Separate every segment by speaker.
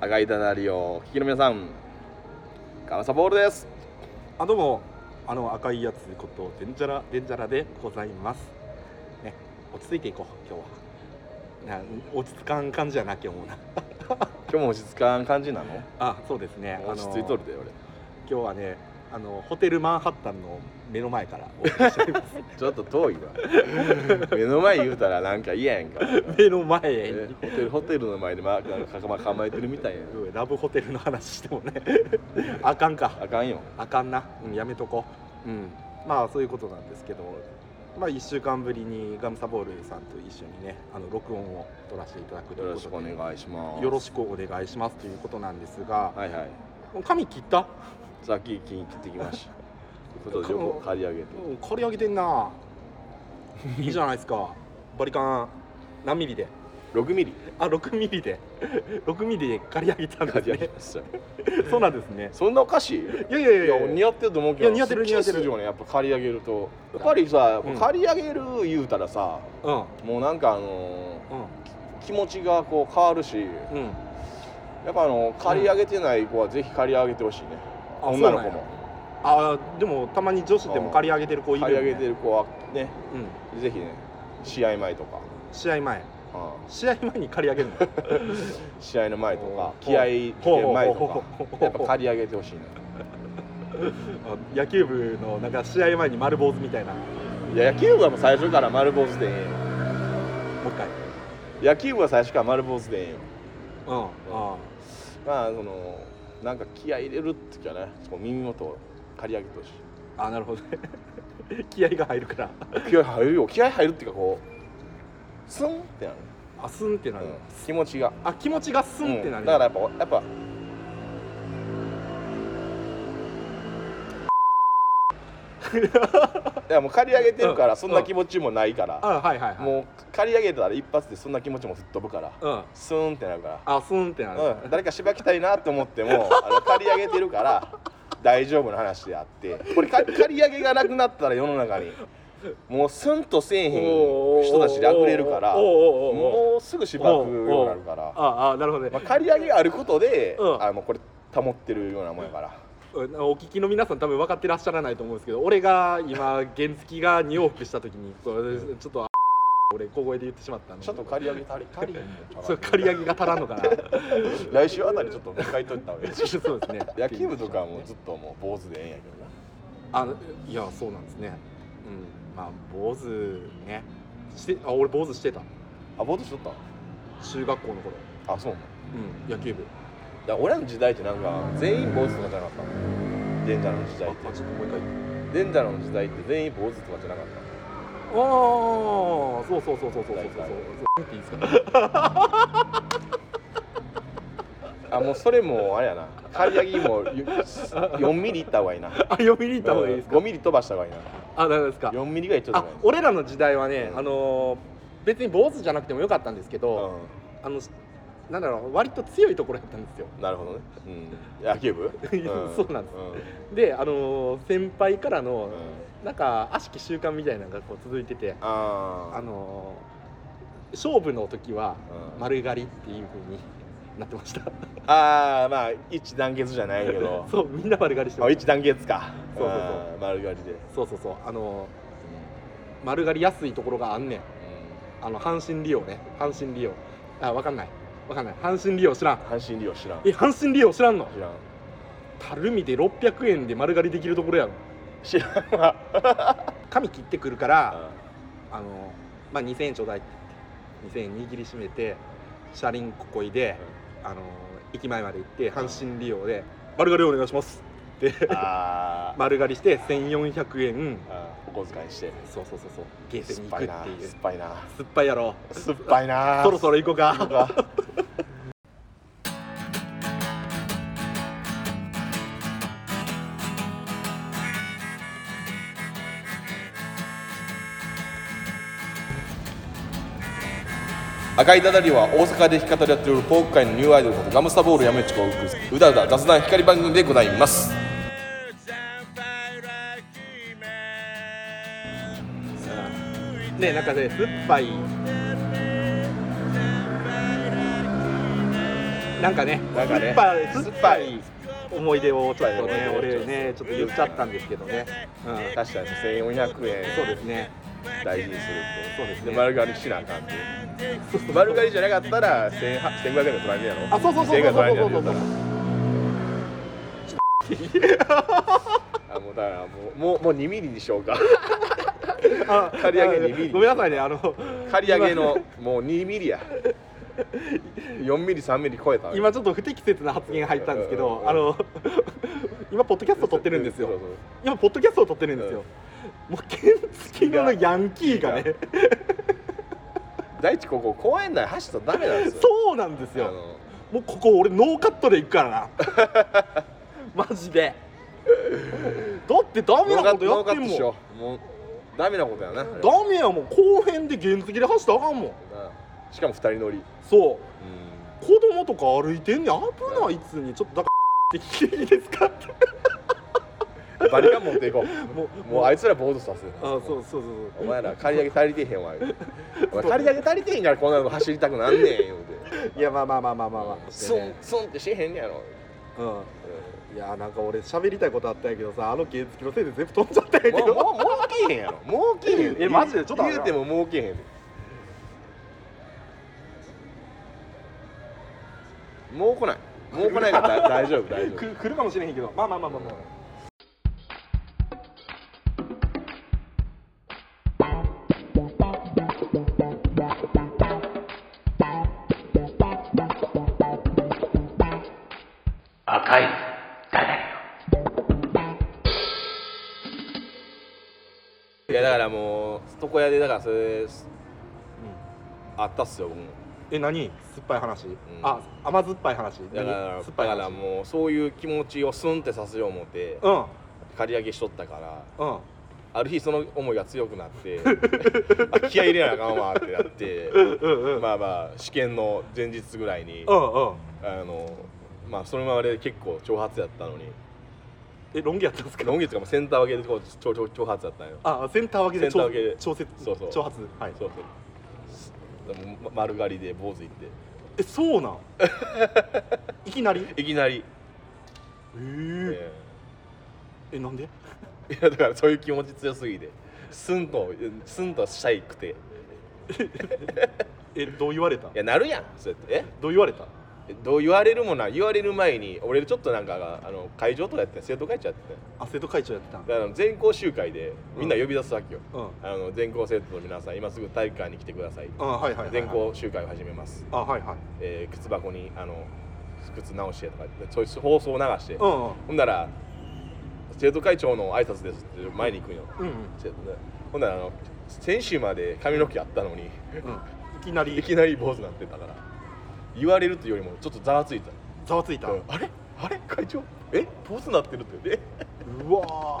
Speaker 1: 赤いダナリオ、聞きの皆さん、カムサボールです。
Speaker 2: あどうもあの赤いやつことデンジャラデンジャラでございますね落ち着いていこう今日はな落ち着かん感じやな今日もな
Speaker 1: 今日も落ち着かん感じなの
Speaker 2: あそうですね
Speaker 1: 落ち着いとる
Speaker 2: あ
Speaker 1: で、
Speaker 2: の今日はねあのホテルマンハッタンの目の前からお送りしております
Speaker 1: 俺。ちょっと遠いわ。目の前言うたらなんか嫌やんか。
Speaker 2: 目の前に、
Speaker 1: えホテルホテルの前でまなんかま構えてるみたいや
Speaker 2: うんラブホテルの話してもね あかんか
Speaker 1: あかんよ。
Speaker 2: あかんな、うん、やめとこう、うん、まあそういうことなんですけど、まあ、1週間ぶりにガムサボールさんと一緒にねあの録音を撮らせていただくと
Speaker 1: よ
Speaker 2: いう
Speaker 1: ろ
Speaker 2: こ
Speaker 1: しくお
Speaker 2: とで
Speaker 1: 願いします。
Speaker 2: よろしくお願いしますということなんですが、
Speaker 1: はいはい。
Speaker 2: 髪切った
Speaker 1: さっき金切ってきました。ちょっと横刈り上げて。
Speaker 2: うん刈り上げてんな いいじゃないですかバリカン何ミリで
Speaker 1: 6ミリ
Speaker 2: あ6ミリで 6ミリで刈り上げたん
Speaker 1: 刈
Speaker 2: で
Speaker 1: り
Speaker 2: す
Speaker 1: 上げ
Speaker 2: ね
Speaker 1: ました。
Speaker 2: そうなんですね
Speaker 1: そんなおかしい
Speaker 2: いやいやい
Speaker 1: い
Speaker 2: や
Speaker 1: や
Speaker 2: い
Speaker 1: 似
Speaker 2: や
Speaker 1: 合ってると思うけど
Speaker 2: いや似合ってる
Speaker 1: すっきり
Speaker 2: 似合ってる
Speaker 1: すよねやっぱ刈り上げるとやっぱりさ、
Speaker 2: うん
Speaker 1: 刈り上げる言うたらさ
Speaker 2: うん
Speaker 1: もうなんかあの
Speaker 2: う
Speaker 1: ー気持ちがこう変わるし
Speaker 2: んうん
Speaker 1: やっぱあの刈り上げてない子はぜひ刈り上げてほしいね、
Speaker 2: あ
Speaker 1: 女の
Speaker 2: そう
Speaker 1: 子
Speaker 2: なんや
Speaker 1: も
Speaker 2: あーでもたまに女子でも刈り上げてる子い
Speaker 1: 刈
Speaker 2: る
Speaker 1: り
Speaker 2: よ、
Speaker 1: 上
Speaker 2: ね、
Speaker 1: げてる子はね
Speaker 2: うん
Speaker 1: ぜひね試合前とか、
Speaker 2: 試合前
Speaker 1: う
Speaker 2: 試合前に刈り上げるの
Speaker 1: ん試合の前とか
Speaker 2: うん
Speaker 1: 気合い
Speaker 2: ほうほう
Speaker 1: 前
Speaker 2: ほう
Speaker 1: と
Speaker 2: ほうほう
Speaker 1: かやっぱ刈り上げてほしいね
Speaker 2: あ野球部のなんか試合前に丸坊主みたいなも
Speaker 1: いや野球部はもう最初から丸坊主でえ
Speaker 2: う一回
Speaker 1: えよ野球部は最初から丸坊主でええよ
Speaker 2: うんあ
Speaker 1: まあそのなんか気合い入れるってきはねこう耳元を刈り上げてほしい
Speaker 2: あなるほどね気合が入るから
Speaker 1: 気合い入るよ気合い入るっていうかこうスンってなる、
Speaker 2: あスンってな
Speaker 1: う
Speaker 2: る、
Speaker 1: ん気持ちが
Speaker 2: あ気持ちがスンってなる、
Speaker 1: うんだからやっぱやっ ぱいやもう刈り上げてるか
Speaker 2: う
Speaker 1: ら
Speaker 2: ん
Speaker 1: そんな気持ちもないから、
Speaker 2: あはいはいはい
Speaker 1: もう刈り上げたら一発でそんな気持ちも吹っ飛ぶから、
Speaker 2: うん
Speaker 1: スーンってなるから
Speaker 2: あスンってなる、
Speaker 1: うん、誰かしばきたいなと思 ってもあの借り上げてるから大丈夫な話であってこれか借り上げがなくなったら世の中にもうスンとせえへん人たちで溢れるから
Speaker 2: おーおーおーおーおー
Speaker 1: もうすぐしばくようになるか
Speaker 2: あ
Speaker 1: ら、
Speaker 2: あなるほどね、
Speaker 1: まあ、借り上げがあることで、
Speaker 2: うん
Speaker 1: あのこれ保ってるようなもんやから
Speaker 2: うんお聞きの皆さん多分分かってらっしゃらないと思うんですけど俺が今原付が2往復した時にこうちょっとあ俺小声で言ってしまったの
Speaker 1: ちょっと借り上げ足り足りへんのか
Speaker 2: そう
Speaker 1: な
Speaker 2: 刈り上げが足らんのかな
Speaker 1: 来週あたりちょっともう一回といた方がいい
Speaker 2: そうですね
Speaker 1: 野球部とかはもうずっともう坊主でええんやけどな
Speaker 2: あいやそうなんですねうんまあ坊主ねしてあ俺坊主してた
Speaker 1: あ坊主しとっ
Speaker 2: 中学校の頃
Speaker 1: たあそうなの
Speaker 2: うん野球部
Speaker 1: だから俺らの時代ってなんか全員坊主とかじゃなかったデンジャロの時
Speaker 2: あ
Speaker 1: 代っ
Speaker 2: あちょっともう一回
Speaker 1: てデンジャロの時代って全員坊主とかじゃなかっ
Speaker 2: ああそうそうそうそうそうそうそう
Speaker 1: 大体
Speaker 2: そうっていいですか
Speaker 1: たあもうそれもあれやな刈り上げも4ミリいった方がいいな
Speaker 2: あ読みに行った方がいいですか
Speaker 1: 5ミリ飛ばした方がいいな
Speaker 2: あダメですか
Speaker 1: 4ミリぐらいちょっと
Speaker 2: あ
Speaker 1: ないい
Speaker 2: 俺らの時代はね、
Speaker 1: うん
Speaker 2: あのー別に坊主じゃなくてもよかったんですけど、
Speaker 1: う
Speaker 2: あのなんだろう割と強いところやったんですよ
Speaker 1: んなるほどね、うん、野球部、
Speaker 2: いやそうなんです
Speaker 1: うん
Speaker 2: であのー先輩からの
Speaker 1: うん
Speaker 2: なんか悪しき習慣みたいなのがこう続いてて
Speaker 1: あー
Speaker 2: あのー勝負の時は
Speaker 1: うん
Speaker 2: 丸刈りっていう風になってました
Speaker 1: あーまあ一致団結じゃないけど
Speaker 2: そうみんな丸刈りしてま
Speaker 1: あ
Speaker 2: し
Speaker 1: 一致
Speaker 2: た
Speaker 1: 団結か
Speaker 2: そうそうそう
Speaker 1: あー丸刈りで、
Speaker 2: そうそうそうあのー丸刈り安いところがあんねんあの阪神利用ね阪神利用あわかんないわかんない阪神利用知ら
Speaker 1: う
Speaker 2: ん
Speaker 1: ん、阪神利用知らん
Speaker 2: え阪神利用知らんの
Speaker 1: 知らん
Speaker 2: たるみで600円で丸刈りできるところやろ
Speaker 1: 知らんわ
Speaker 2: 髪切ってくるから、あのまあ、2000円ちょうだいって言って2000円握りしめて車輪ここいで、あの駅前まで行って阪神利用で「丸刈りお願いします」って
Speaker 1: あー
Speaker 2: 丸刈りして1400円
Speaker 1: あーお小遣いして
Speaker 2: そうそうそうそうゲーセン
Speaker 1: 酸っ
Speaker 2: に行
Speaker 1: ぱ
Speaker 2: く
Speaker 1: い
Speaker 2: っ
Speaker 1: な
Speaker 2: ていう
Speaker 1: 酸っぱいな
Speaker 2: 酸っぱいやろ
Speaker 1: 酸っぱいな
Speaker 2: そろそろ行こう
Speaker 1: 行
Speaker 2: か
Speaker 1: こうか赤いダダリは大阪で弾き語りやっているポーク界のニューアイドルことガムスタボールやめちこを送るうだうだ雑談光番組でございます
Speaker 2: ねなんかね酸っぱいなんかね
Speaker 1: なんかね
Speaker 2: 酸っぱい
Speaker 1: 酸
Speaker 2: 酸
Speaker 1: っ
Speaker 2: っ
Speaker 1: ぱ
Speaker 2: ぱ
Speaker 1: い
Speaker 2: い思い出をちょっと
Speaker 1: 酸っぱい
Speaker 2: ね
Speaker 1: 思い出を
Speaker 2: 俺ねちょっと言っちゃったんですけどね、う
Speaker 1: 確
Speaker 2: ん、
Speaker 1: かに1400円
Speaker 2: そうですね
Speaker 1: 大事にするって
Speaker 2: そうですね
Speaker 1: で丸刈りしなあかんっていう丸刈りじゃなかったら1000 1500円の取られるやろ
Speaker 2: あそうそうそうそうそうそうそう
Speaker 1: 1500円取られるやろ あもうだからもうもうもう2ミリにしよう か
Speaker 2: あ
Speaker 1: 刈り上げにビリ
Speaker 2: ごめんなさいねあの
Speaker 1: 刈り上げのもう2ミリや4ミリ3ミリ超えた
Speaker 2: 今ちょっと不適切な発言入ったんですけ
Speaker 1: う
Speaker 2: ど
Speaker 1: ん
Speaker 2: あの今ポッドキャスト撮ってるんですよ
Speaker 1: そうそう
Speaker 2: 今ポッドキャストを撮ってるんですよ、もう剣付きのヤンキーがね
Speaker 1: 大地ここ公園内走ったらダメなんですよ
Speaker 2: そうなんです
Speaker 1: あ
Speaker 2: よ
Speaker 1: の
Speaker 2: もうここ俺ノーカットで行くからな マジでだってダメなことや
Speaker 1: ノー
Speaker 2: っ
Speaker 1: カ
Speaker 2: て
Speaker 1: ッ
Speaker 2: ん
Speaker 1: ト
Speaker 2: も
Speaker 1: し
Speaker 2: ん
Speaker 1: ようもうダメなことやなあれ
Speaker 2: ダメやもん後編で原付で走ったらあかんもん
Speaker 1: うんしかも2人乗り
Speaker 2: そう
Speaker 1: う
Speaker 2: 子供とか歩いてんねん危ないっつうにちょっとだから って聞いていいですかって
Speaker 1: んバリカン持っていこ
Speaker 2: も
Speaker 1: うもうあいつらボードさせる
Speaker 2: あそうそうそう
Speaker 1: お前ら借り上げ足りてへんわ言うてお前借り上げ足りてへんからこんなの走りたくなんねん言うて
Speaker 2: そういやまあまあまあまあまあまあ
Speaker 1: スン
Speaker 2: ね
Speaker 1: スンってしへんねやろ
Speaker 2: うんいやなんか俺喋りたいことあったんやけどさあの原付のせいで全部飛んじゃったんやけ
Speaker 1: もうも
Speaker 2: ど
Speaker 1: う儲けへんやろ儲けへん
Speaker 2: えマジでちょっとあれ
Speaker 1: 言
Speaker 2: や
Speaker 1: うても儲けへん儲こない儲こないから だ大丈夫大丈夫
Speaker 2: く来るかもしれへんけどまあまあまあまあまあ
Speaker 3: 赤い誰
Speaker 1: いやだからもう床屋でだからそれあったっすよ僕も
Speaker 2: え何酸っぱい話、あ甘酸っぱい話
Speaker 1: だか
Speaker 2: 何
Speaker 1: ら
Speaker 2: 酸っぱ
Speaker 1: だ
Speaker 2: い
Speaker 1: から
Speaker 2: 話
Speaker 1: もうそういう気持ちをスンってさせよう思って
Speaker 2: うん
Speaker 1: 借り上げしとったから
Speaker 2: うん
Speaker 1: ある日その思いが強くなって あ気合い入れなあかんわってなって
Speaker 2: うんうん
Speaker 1: まあまあ試験の前日ぐらいに
Speaker 2: うんうん
Speaker 1: あのまあそのままで結構挑発やったのに
Speaker 2: えロン毛やったんですか
Speaker 1: 今月とかもセンター分けでこう挑挑挑発やったんよ
Speaker 2: あセンター分けで
Speaker 1: センター分けで
Speaker 2: 調節
Speaker 1: そうそう
Speaker 2: 挑発はい
Speaker 1: そうそうでもま丸刈りで坊主行っ
Speaker 2: えそ うなんいきなり
Speaker 1: ていきなり、
Speaker 2: えー
Speaker 1: え
Speaker 2: えなんで
Speaker 1: ーい やだからそういう気持ち強すぎてスンとスンとしたいくて
Speaker 2: えどう言われた
Speaker 1: いやなるやんそうやってえ
Speaker 2: どう言われた
Speaker 1: どう言われるもんな言われる前に俺ちょっとなんかあの会場とかやってた生徒会長やってたよ
Speaker 2: あ生徒会長やってたん
Speaker 1: だからあの全校集会でみんな呼び出すわけよ、
Speaker 2: うんうん
Speaker 1: あの全校生徒の皆さん今すぐ体育館に来てください
Speaker 2: あはいはいはいはい
Speaker 1: 全校集会を始めます、
Speaker 2: あはいはい
Speaker 1: えー靴箱にあの靴直してとか言ってそういう放送を流して、
Speaker 2: う
Speaker 1: ほ
Speaker 2: んうん
Speaker 1: んなら生徒会長の挨拶ですって前に行くんよ、
Speaker 2: うん
Speaker 1: せほんならあの先週まで髪の毛あったのに
Speaker 2: うんうんいきなり
Speaker 1: いきなり坊主になってたから言われるというよりもちょっとざわついた
Speaker 2: ざわついた、う
Speaker 1: あれあれ会長え坊主になってるってね
Speaker 2: わ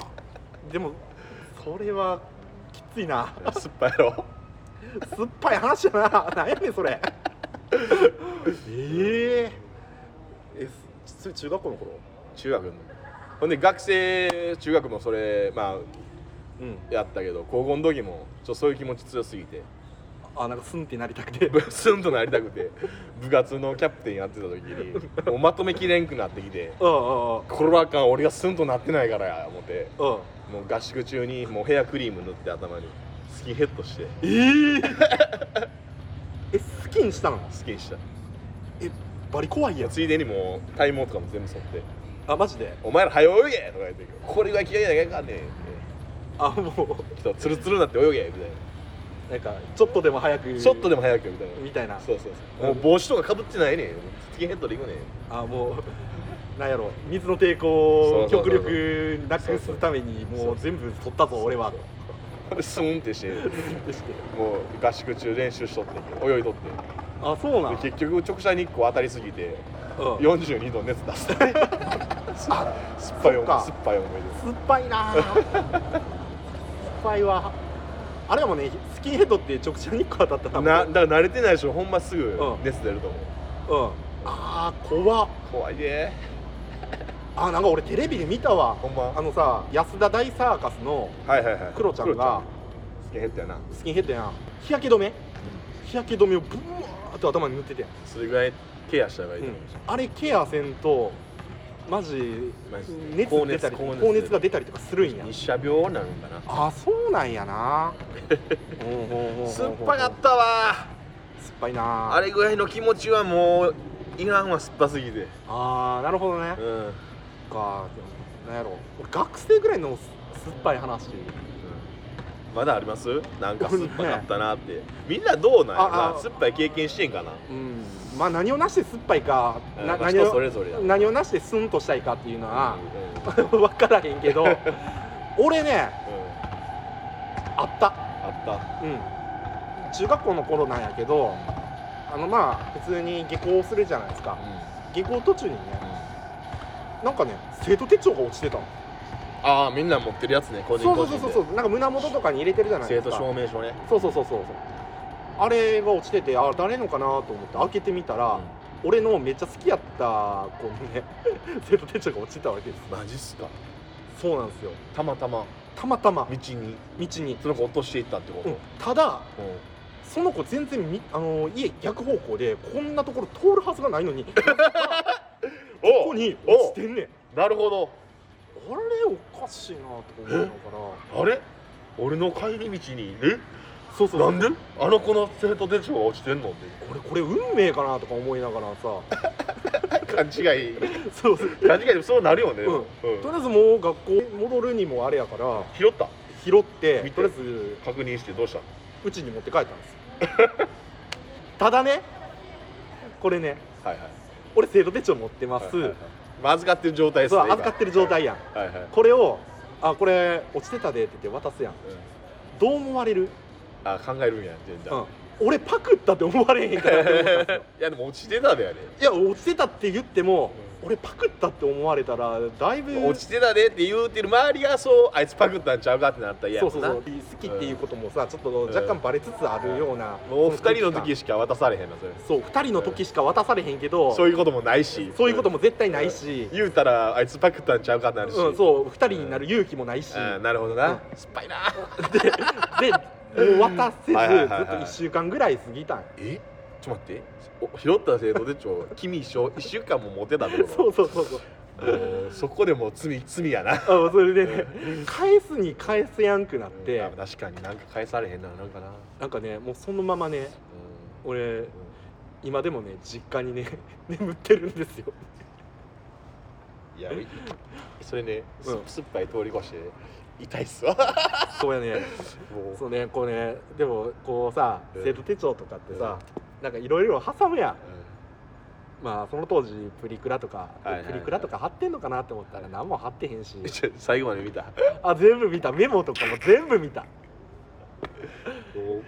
Speaker 2: ーでもそれはきついな
Speaker 1: 酸っぱいやろ
Speaker 2: 酸っぱい話やななんやねんそれえええすそれ中学校の頃
Speaker 1: 中学のほんで学生中学もそれま
Speaker 2: うん
Speaker 1: あやったけど高校の時もちょっとそういう気持ち強すぎて
Speaker 2: あなんかスンってなりたくて
Speaker 1: スンとなりたくて部活のキャプテンやってた時にもうまとめきれんくなってきて
Speaker 2: うんうんうん
Speaker 1: コロナ禍俺がスンとなってないからや思って
Speaker 2: うん
Speaker 1: もう合宿中にもうヘアクリーム塗って頭にスキンヘッドして
Speaker 2: えー えスキンしたの
Speaker 1: スキンした
Speaker 2: えバリ怖いやつ
Speaker 1: ついでにもう体毛とかも全部剃って
Speaker 2: あマジで
Speaker 1: 「お前ら早泳げ!」とか言って「これが嫌いなきゃいかんねん」って
Speaker 2: あも
Speaker 1: 「ちょっとツルツルになって泳げ!」みたいう
Speaker 2: なんかちょっとでも早く
Speaker 1: な「ちょっと
Speaker 2: で
Speaker 1: でも早く」みたいな
Speaker 2: みたいな
Speaker 1: そうそうそうもう帽子とかかぶってないねんスキンヘッドでいくねん
Speaker 2: あもうなんやろ水の抵抗を
Speaker 1: そうそう
Speaker 2: 極
Speaker 1: そうそう
Speaker 2: 力なくすために
Speaker 1: そうそ
Speaker 2: も
Speaker 1: う
Speaker 2: う全部取ったぞ 俺は
Speaker 1: でスンって して
Speaker 2: でして
Speaker 1: もう合宿中練習しとって泳いとって
Speaker 2: あそうなん、うん、
Speaker 1: で結局直射日光当たりすぎて
Speaker 2: 酸っ
Speaker 1: 42度熱出す 酸っぱい
Speaker 2: そ
Speaker 1: 思
Speaker 2: っ
Speaker 1: い
Speaker 2: か
Speaker 1: 酸っぱい思いです
Speaker 2: ぱいなー酸っぱいわあれやもんねスキンヘッドって直射日光当たったらもう
Speaker 1: なだから慣れてないでしょほんますぐ
Speaker 2: うん
Speaker 1: 熱出ると思う、
Speaker 2: うんあー怖っ
Speaker 1: 怖いで
Speaker 2: あなんか俺テレビで見たわ
Speaker 1: ほんま
Speaker 2: あのさ安田大サーカスの
Speaker 1: はいはいはい
Speaker 2: クロちゃんが
Speaker 1: スキンヘッドやな
Speaker 2: スキンヘッドやん日焼け止め日日焼け止めをブワーっと頭に塗っててん
Speaker 1: それぐらいケアした方がいいと思います、
Speaker 2: あれケアせんとマジ
Speaker 1: マジで
Speaker 2: 熱出たり
Speaker 1: 高熱
Speaker 2: 高熱が出たりとかするんや
Speaker 1: 日射病になるんかな
Speaker 2: あそうなんやな
Speaker 1: 酸っぱかったわ
Speaker 2: 酸っぱいな
Speaker 1: あれぐらいの気持ちはもういらんわ酸っぱすぎて
Speaker 2: あーなるほどね
Speaker 1: うん、うん
Speaker 2: かなんやろ俺学生ぐらいの酸っぱい話
Speaker 1: まだありますなんか酸っぱかったなってみんなどうなんやろ
Speaker 2: ああ
Speaker 1: な酸っぱい経験してんかな
Speaker 2: うんまあ何をなして酸っぱいか、
Speaker 1: うん
Speaker 2: な
Speaker 1: まあ
Speaker 2: 何
Speaker 1: 人そ
Speaker 2: を
Speaker 1: れぞれだ
Speaker 2: 何をなしてスンとしたいかっていうのは、
Speaker 1: うんうん
Speaker 2: 分からへん けど俺ねあった
Speaker 1: あ
Speaker 2: うん、中学校の頃なんやけどあのまあ普通に下校するじゃないですか
Speaker 1: った、
Speaker 2: 下校途中にねなんかね生徒手帳が落ちてたの
Speaker 1: ああみんな持ってるやつね個人
Speaker 2: そう
Speaker 1: 個人
Speaker 2: そ
Speaker 1: で
Speaker 2: うそうそうなんか胸元とかに入れてるじゃないで
Speaker 1: 生徒
Speaker 2: すか
Speaker 1: 証明書ね
Speaker 2: そうそうそうそうそうあれが落ちててあ誰のかなと思って開けてみたら、俺のめっちゃ好きやった子のね 生徒手帳が落ちてたわけです
Speaker 1: マジっすか
Speaker 2: そうなんですよ
Speaker 1: たまたま
Speaker 2: たまたま
Speaker 1: 道に
Speaker 2: 道に、
Speaker 1: その子落としていったってこ
Speaker 2: う
Speaker 1: と、
Speaker 2: ん、ただ
Speaker 1: うん
Speaker 2: その子全然みあの家逆方向でこんなところ通るはずがないのにこ
Speaker 1: お
Speaker 2: こ
Speaker 1: う
Speaker 2: に落ちてんねん
Speaker 1: なるほど
Speaker 2: あれおかしいなと思いながら
Speaker 1: あれ俺の帰り道にえ
Speaker 2: そうそう
Speaker 1: なんであの子の生徒手帳が落ちてんのって
Speaker 2: これこれ運命かなとか思いながらさ
Speaker 1: 勘違い
Speaker 2: そうそう
Speaker 1: 勘違いでもそうなるよね、
Speaker 2: うんとりあえずもう学校戻るにもあれやから
Speaker 1: 拾った
Speaker 2: 拾って
Speaker 1: 見て
Speaker 2: とりあえず
Speaker 1: 確認してどうした
Speaker 2: うちに持って帰ったんですよ ただねこれね
Speaker 1: はいはい
Speaker 2: 俺生徒手帳持ってます、
Speaker 1: はいはいはいまあ預かってる状態ですね
Speaker 2: そう預かってる状態やん
Speaker 1: はいはい、
Speaker 2: これを「あこれ落ちてたで」って言って渡すやんどう思われる
Speaker 1: あ考えるんや全然、
Speaker 2: うん、俺パクったって思われへんからって思ったんですよ
Speaker 1: いやでも落ちてたであれ
Speaker 2: いや落ちてたって言っても俺パクったって思われたらだいぶ
Speaker 1: 落ちてたでって言うてる周りがそうあいつパクったんちゃうかってなったら嫌や
Speaker 2: そう
Speaker 1: もん
Speaker 2: そう
Speaker 1: な
Speaker 2: そう好きっていうこともさちょっと若干バレつつあるような、
Speaker 1: もう二人の
Speaker 2: 時
Speaker 1: 時しか渡されへんなそれ
Speaker 2: そう2人の時しか渡されへんけど、
Speaker 1: そういうこともないし
Speaker 2: そういうことも絶対ないし、
Speaker 1: 言うたらあいつパクったんちゃうかってなるし、
Speaker 2: うん、そう2人になる勇気もないし、
Speaker 1: あーなるほどな、
Speaker 2: うん
Speaker 1: 酸っぱいな
Speaker 2: でもう渡せずずっと
Speaker 1: はいはいはいはい
Speaker 2: 1週間ぐらい過ぎたんよ
Speaker 1: えちょっと待ってお拾った生徒手帳君一生1週間も持てたってこと
Speaker 2: そうそうそうそ
Speaker 1: も
Speaker 2: う
Speaker 1: うそこでもう罪罪やな
Speaker 2: あそれでね返すに返せやんくなって、
Speaker 1: うん確かになんか返されへんななんかな、うん
Speaker 2: なんかねもうそのままね俺今でもね実家にね 眠ってるんで すよ
Speaker 1: いやいそれね、す
Speaker 2: うん
Speaker 1: 酸っぱい通り越して痛いっすわ
Speaker 2: そうやね
Speaker 1: もう
Speaker 2: そうねこうねでもこうさ
Speaker 1: うん
Speaker 2: 生徒手帳とかってさ、なんかいろいろ挟むやん
Speaker 1: う
Speaker 2: まあその当時プリクラとか、
Speaker 1: はいはいはい
Speaker 2: プリクラとか貼ってんのかなって思ったら何も貼ってへんし
Speaker 1: んちょ最後まで見たも
Speaker 2: あ全部見たメモとかも全部見た
Speaker 1: う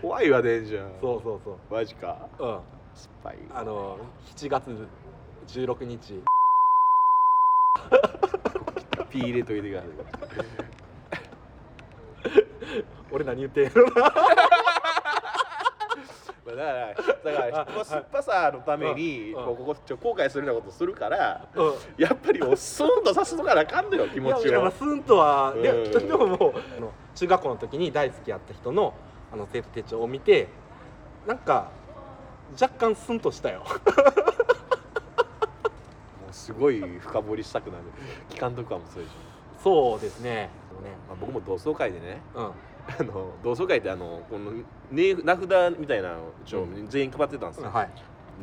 Speaker 1: 怖いわデンジャー
Speaker 2: そうそうそ
Speaker 1: マジか
Speaker 2: ううん
Speaker 1: 酸っぱい
Speaker 2: あの7月16日
Speaker 1: ピー入れといてください
Speaker 2: 俺何言ってんの
Speaker 1: まあだからだからこの酸っぱさのために
Speaker 2: うん
Speaker 1: こうここちょ後悔するようなことするから
Speaker 2: うん
Speaker 1: やっぱりもうスンとさすとかなあかんのよ気持
Speaker 2: い
Speaker 1: ち
Speaker 2: やいやま
Speaker 1: を
Speaker 2: あスンとは、で
Speaker 1: うん
Speaker 2: でももうあの中学校の時に大好きやった人のあの生徒手帳を見てなんか若干スンとしたよ
Speaker 1: もうすごい深掘りしたくなる機関とかもそうでし
Speaker 2: そうですね
Speaker 1: ょ、まあ、僕も同窓会でね
Speaker 2: うん
Speaker 1: あの同窓会ってあのこの、ね、名札みたいなのを一応全員配ってたんですよ、
Speaker 2: はい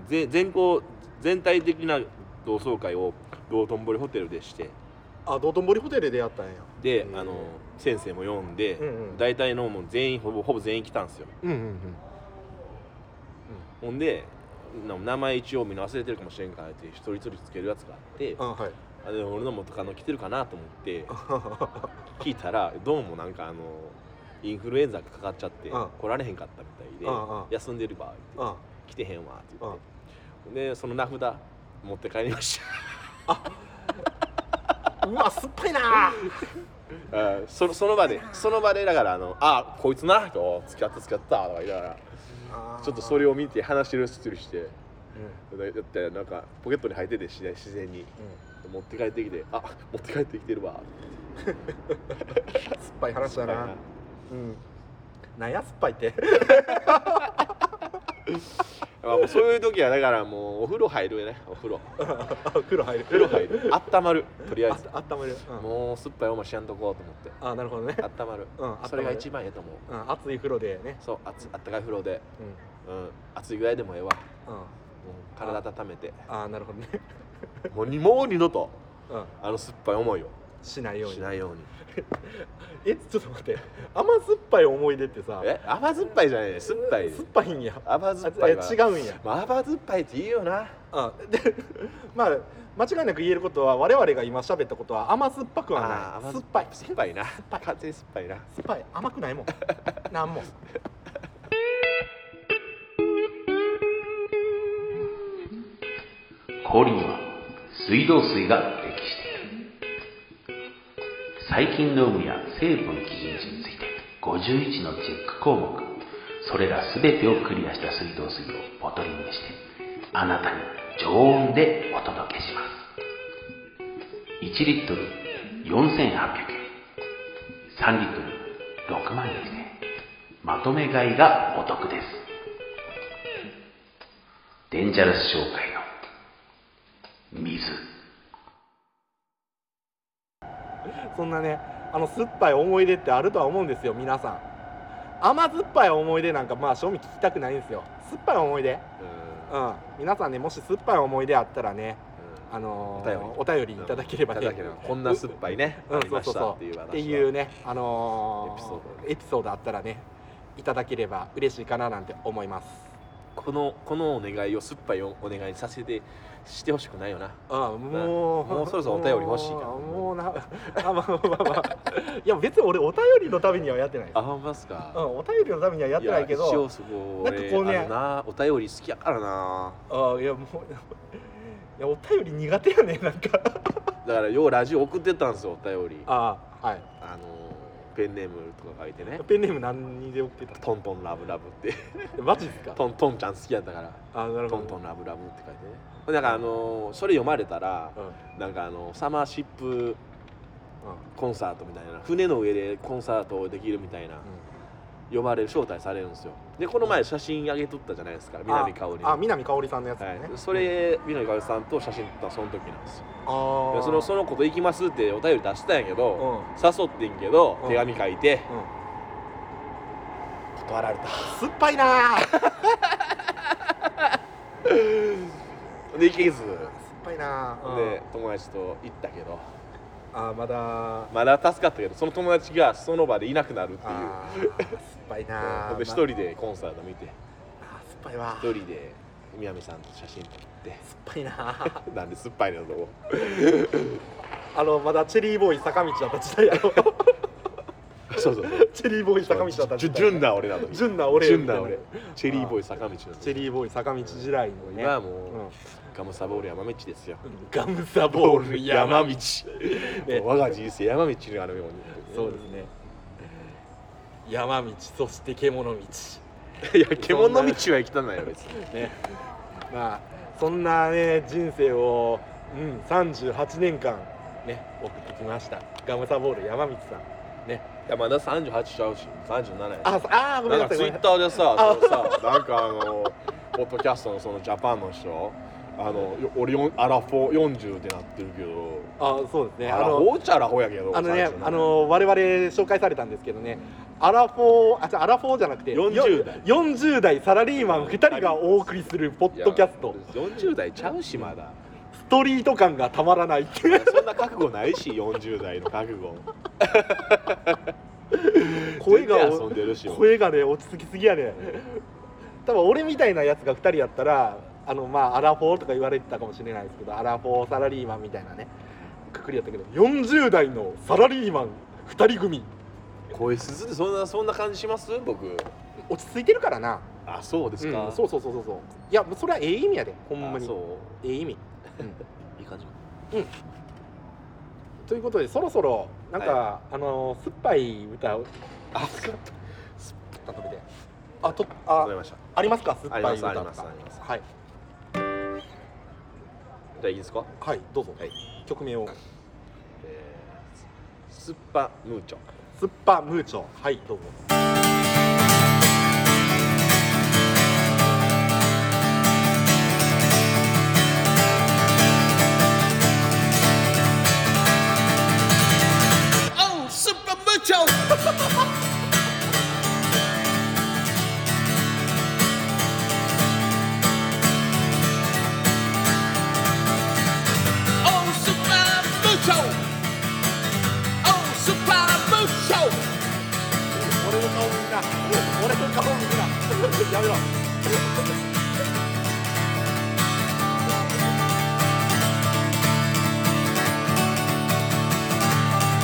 Speaker 1: ぜ全校全体的な同窓会を道頓堀ホテルでして
Speaker 2: あ道頓堀ホテルでやったんや
Speaker 1: で
Speaker 2: うん
Speaker 1: あの先生も呼んで、
Speaker 2: うんうん
Speaker 1: 大体のもう全員ほぼほぼ全員来たんですよ
Speaker 2: うんうんうん
Speaker 1: ほんでな名前一応みんな忘れてるかもしれんからって一人一人つけるやつがあって
Speaker 2: あはい
Speaker 1: あでも俺の元カノ来てるかなと思って聞いたらどうもなんかあのインフルエンザがかかっちゃって
Speaker 2: うん
Speaker 1: 来られへんかったみたいで
Speaker 2: うんうん
Speaker 1: 休んでるわって
Speaker 2: あ
Speaker 1: 来てへんわって言ってでその名札持って帰りまし
Speaker 2: うわ酸っぱいな
Speaker 1: た あそのその場でその場でだからあのあこいつなと付き合った付き合ったとか言いながら ちょっとそ
Speaker 2: れ、
Speaker 1: れを見て話してる人りして
Speaker 2: うん
Speaker 1: だってなんかポケットに入ってて自然自然に持って帰ってきてあ持って帰ってきてるわ
Speaker 2: 酸っぱい話だな、うん、なんや酸っぱいって
Speaker 1: まあもうそういう時はだからもうお風呂入るよねお風呂
Speaker 2: 風呂入る
Speaker 1: 風呂入 るあったまるとりあえず
Speaker 2: ああったまる、うん、
Speaker 1: もう酸っぱいお前しやんとこうと思って
Speaker 2: あなるほどね
Speaker 1: あったまる
Speaker 2: うんあったまる
Speaker 1: それが一番ええと思う
Speaker 2: うん、熱い風呂でね、
Speaker 1: そうあつあったかい風呂で、
Speaker 2: う
Speaker 1: うん、暑いぐらいでもええわ
Speaker 2: んうん、
Speaker 1: うん体温めて
Speaker 2: ああなるほどね、
Speaker 1: もうにもう二度と
Speaker 2: うん、
Speaker 1: あの酸っぱい思いを
Speaker 2: しないように
Speaker 1: しないように
Speaker 2: えちょっと待って甘酸っぱい思い出ってさ
Speaker 1: え甘酸っぱいじゃない酸っぱい
Speaker 2: 酸っぱいんや
Speaker 1: 甘酸っぱいは
Speaker 2: あえ違うんや
Speaker 1: まあ甘酸っぱいっていいよな
Speaker 2: あで まあ間違いなく言えることは我々が今喋ったことは甘酸っぱくは
Speaker 1: あ
Speaker 2: な
Speaker 1: ー
Speaker 2: い酸っぱい
Speaker 1: 酸っぱいな完全に酸っぱいな
Speaker 2: 酸っぱい甘くないもん なんも
Speaker 3: 氷には水道水が適している細菌の有無や成分基準値について51のチェック項目それら全てをクリアした水道水をボトリングしてあなたに常温でお届けします1リットル4800円3リットル6万円まとめ買いがお得ですデンジャラス商会の水
Speaker 2: そんなねあの酸っぱい思い出ってあるとは思うんですよ皆さん甘酸っぱい思い出なんかまあ正味聞きたくないんですよ酸っぱい思い出
Speaker 1: うん
Speaker 2: うん皆さんねもし酸っぱい思い出あったらねあのー
Speaker 1: お
Speaker 2: お便りいただければね、
Speaker 1: いただければこんな酸っぱいね
Speaker 2: う
Speaker 1: あ
Speaker 2: ん、
Speaker 1: り
Speaker 2: そう
Speaker 1: ま
Speaker 2: そ
Speaker 1: し
Speaker 2: う
Speaker 1: た
Speaker 2: そ
Speaker 1: って
Speaker 2: う
Speaker 1: いう話は
Speaker 2: っていうねあのー
Speaker 1: エピソード
Speaker 2: エピソードあったらねいただければ嬉しいかななんて思います
Speaker 1: このこのお願いを酸っぱいおお願いにさせてしてほしくないよな
Speaker 2: あもう
Speaker 1: もうそろそろお便り欲しいかな
Speaker 2: もうもうなあまあまあまあ、まあ、いや別に俺お便りのためにはやってないです
Speaker 1: あほんまっす
Speaker 2: うん、
Speaker 1: か
Speaker 2: お便りのためにはやってないけ
Speaker 1: や一
Speaker 2: ど
Speaker 1: 応そこ
Speaker 2: なん
Speaker 1: 俺
Speaker 2: かこうね
Speaker 1: あのなお便り好きやからない
Speaker 2: あいやもういやお便り苦手やねなんか
Speaker 1: だからようラジオ送ってたんですよお便りあ
Speaker 2: あはい
Speaker 1: のペンネームとか書いてね
Speaker 2: ペンネーム何にで送ってた
Speaker 1: トントンラブラブって
Speaker 2: マジですか
Speaker 1: トントンちゃん好きやったから
Speaker 2: あなる
Speaker 1: ト
Speaker 2: ほ
Speaker 1: ン
Speaker 2: ど
Speaker 1: トンラブラブって書いてねほんでなんかあのそれ読まれたら
Speaker 2: うんうん
Speaker 1: なんかあのサマーシップコンサートみたいな船の上でコンサートをできるみたいな呼ばれる招待されるんですよでこの前写真あげとったじゃないですか南香織の
Speaker 2: あ南香織さんのやつね、
Speaker 1: はい、それ南香織さんと写真撮ったのその時なんですよ
Speaker 2: あー
Speaker 1: でそのその子と行きますってお便り出したんやけ
Speaker 2: う
Speaker 1: ど、
Speaker 2: ん
Speaker 1: 誘ってんけど
Speaker 2: うん
Speaker 1: 手紙書いて
Speaker 2: うん
Speaker 1: 断られた
Speaker 2: 酸っぱいなー酸っ
Speaker 1: で行けず
Speaker 2: ぱいなー、うん
Speaker 1: で友達と行ったけど
Speaker 2: あーまだ
Speaker 1: まだ助かったけどその友達がその場でいなくなるっていう
Speaker 2: あー酸っぱいな
Speaker 1: ほ
Speaker 2: ー
Speaker 1: んで一人でコンサート見て
Speaker 2: まあー酸っぱいわ
Speaker 1: 一
Speaker 2: 酸っ
Speaker 1: 人で南さんと写真撮って
Speaker 2: ぱいなー
Speaker 1: なんで酸っぱいの とこ
Speaker 2: あのまだチェリーボーイ坂道だった時代やろ
Speaker 1: そうそうそう
Speaker 2: チェリーボーイ坂道だった
Speaker 1: じゅ
Speaker 2: 時代
Speaker 1: 純な俺なのに
Speaker 2: 純な俺
Speaker 1: 純
Speaker 2: みたい
Speaker 1: な
Speaker 2: な
Speaker 1: 俺チェリーボーイ坂道なの
Speaker 2: チェリーボーイ坂道時代のね
Speaker 1: 今は
Speaker 2: う
Speaker 1: も
Speaker 2: ん
Speaker 1: うガムサボール山道ですよ
Speaker 2: ガムサボール山
Speaker 1: 道
Speaker 2: ね
Speaker 1: 我が人生山道にあるように
Speaker 2: そうですね山道そして獣道
Speaker 1: いや獣道は行きたないよ別 に
Speaker 2: ねまあそんなね人生を、うん、38年間ね送ってきましたガムサボール山道さん
Speaker 1: いやまだ38ちゃうし37や
Speaker 2: ああーごめん
Speaker 1: なん
Speaker 2: な
Speaker 1: か
Speaker 2: さ
Speaker 1: ツ
Speaker 2: いご
Speaker 1: イ
Speaker 2: めん
Speaker 1: ッ
Speaker 2: な
Speaker 1: ターでさそのさ なんかあのポッドキャストのそのジャパンの人あのよ俺よんアラフォー40ってなってるけど
Speaker 2: さいあそうですね
Speaker 1: ア
Speaker 2: あ
Speaker 1: ラフォ
Speaker 2: の
Speaker 1: ーっちゃアラフォーやけど
Speaker 2: あのね
Speaker 1: 37
Speaker 2: あの我々紹介されたんですけどねアラフォーあじゃアラフォーじゃなくて
Speaker 1: 40代
Speaker 2: よ40代サラリーマン2人がお送りするポ
Speaker 1: い
Speaker 2: ッ
Speaker 1: や
Speaker 2: ドキャスト
Speaker 1: 40代ちゃうしまだ
Speaker 2: ストリート感がたまら ないっていう
Speaker 1: そんな覚悟ないし40代の覚 悟
Speaker 2: 声が
Speaker 1: 全然遊んでるし
Speaker 2: 声がね落ち着きすぎやね多分俺みたいなやつが2人やったらあのまあアラフォーとか言われてたかもしれないですけどアラフォーサラリーマンみたいなねくくりやったけど40代のサラリーマン2人組
Speaker 1: 声鈴ってそんなそんな感じします僕
Speaker 2: 落ち着いてるからな、
Speaker 1: あそうで
Speaker 2: う
Speaker 1: すか、
Speaker 2: ん、そうそうそうそうそういやそれはええ意味やでほんま
Speaker 1: あ
Speaker 2: に
Speaker 1: そ
Speaker 2: ええ意味
Speaker 1: ういい感じ
Speaker 2: ということでそろそろなんか、あの酸っぱい歌を
Speaker 1: あすか
Speaker 2: 食べてあと
Speaker 1: わ
Speaker 2: あ
Speaker 1: かりましたじ
Speaker 2: ありますか酸っぱい歌とか
Speaker 1: ありますありますあります
Speaker 2: はい
Speaker 1: ゃあいいですか
Speaker 2: はいどうぞ、
Speaker 1: はい
Speaker 2: 曲名を
Speaker 1: えー、スッパムーチョ
Speaker 2: スッパムーチョはいどうぞ
Speaker 4: 「
Speaker 2: やめろ
Speaker 1: 溺れ溺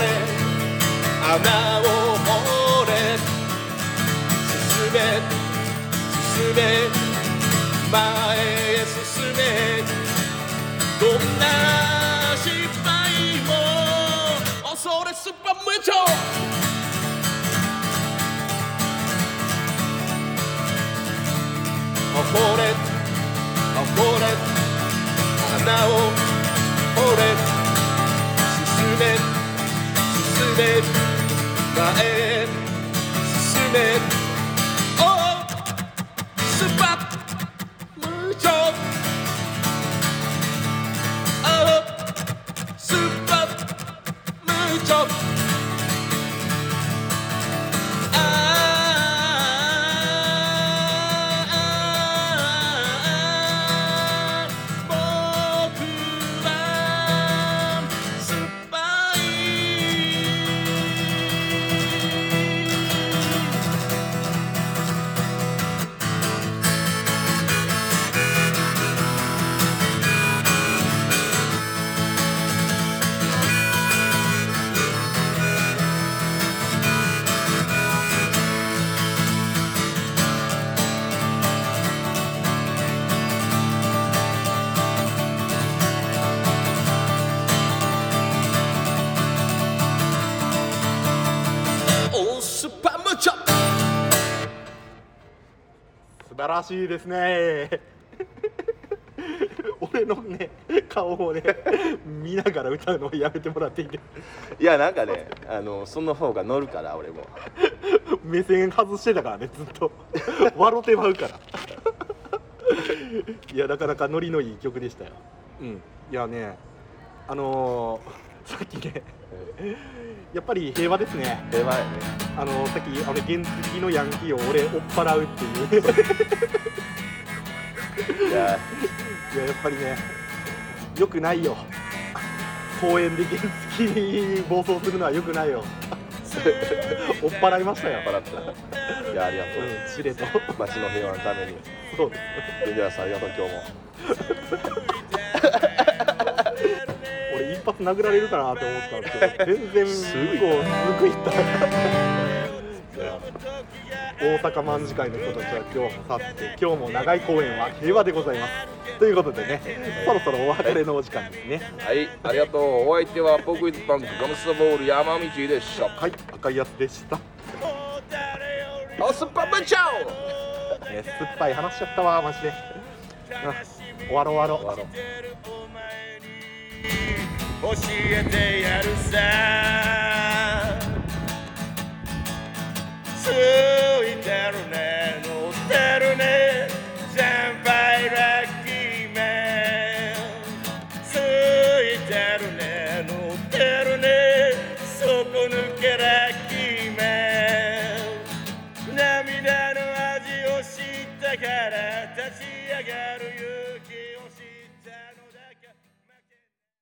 Speaker 1: れ穴を掘れ進め進め前へ進めどんな失敗も恐れすば無情溺れ溺れ穴を掘れ進め進め前へ進め Oh スパッ無情 Oh スパッ無情 Ah 僕はスパイオースパムチョ
Speaker 2: 素晴らしいですね 俺のね顔をね見ながら歌うのをやめてもらっていいで
Speaker 1: いやなんかねあのその方が乗るから俺も
Speaker 2: 目線外してたからねずっと 笑ってまうから いやなかなかノリのいい曲でしたようんいやねあのー さっきねやっぱり平和ですね
Speaker 1: 平和やね
Speaker 2: あのーさっきあの原付のヤンキーを俺追っ払うっていう
Speaker 1: い や
Speaker 2: いややっぱりねよくないよ公園で原付暴走するのはよくないよ 追っ払いましたよ、
Speaker 1: 笑ったいやありがと
Speaker 2: うん、しれと
Speaker 1: う街の平和のために
Speaker 2: そうです
Speaker 1: ベニラさんありがとう今日も
Speaker 2: 俺一発殴られるかなって思ったんですけど全然
Speaker 1: す
Speaker 2: 向
Speaker 1: ぐ行った
Speaker 2: こうすぐ行ったいや大阪卍会の人たちは今日去って今日も長い公演は平和でございますということでねそろそろお別れのお時間ですね
Speaker 1: はいありがとうお相手は僕イズパンクガムスタボール山道でした
Speaker 2: はい赤いやつでした、
Speaker 1: オースパムチョ
Speaker 2: えー酸っぱい話しちゃったわマジであ終わろう終わろう
Speaker 4: 教えてやるさついてるね乗ってるね先輩ラッキーメンついてるね乗ってるね底抜けラッキーメン涙の味を知ったから立ち上がるよ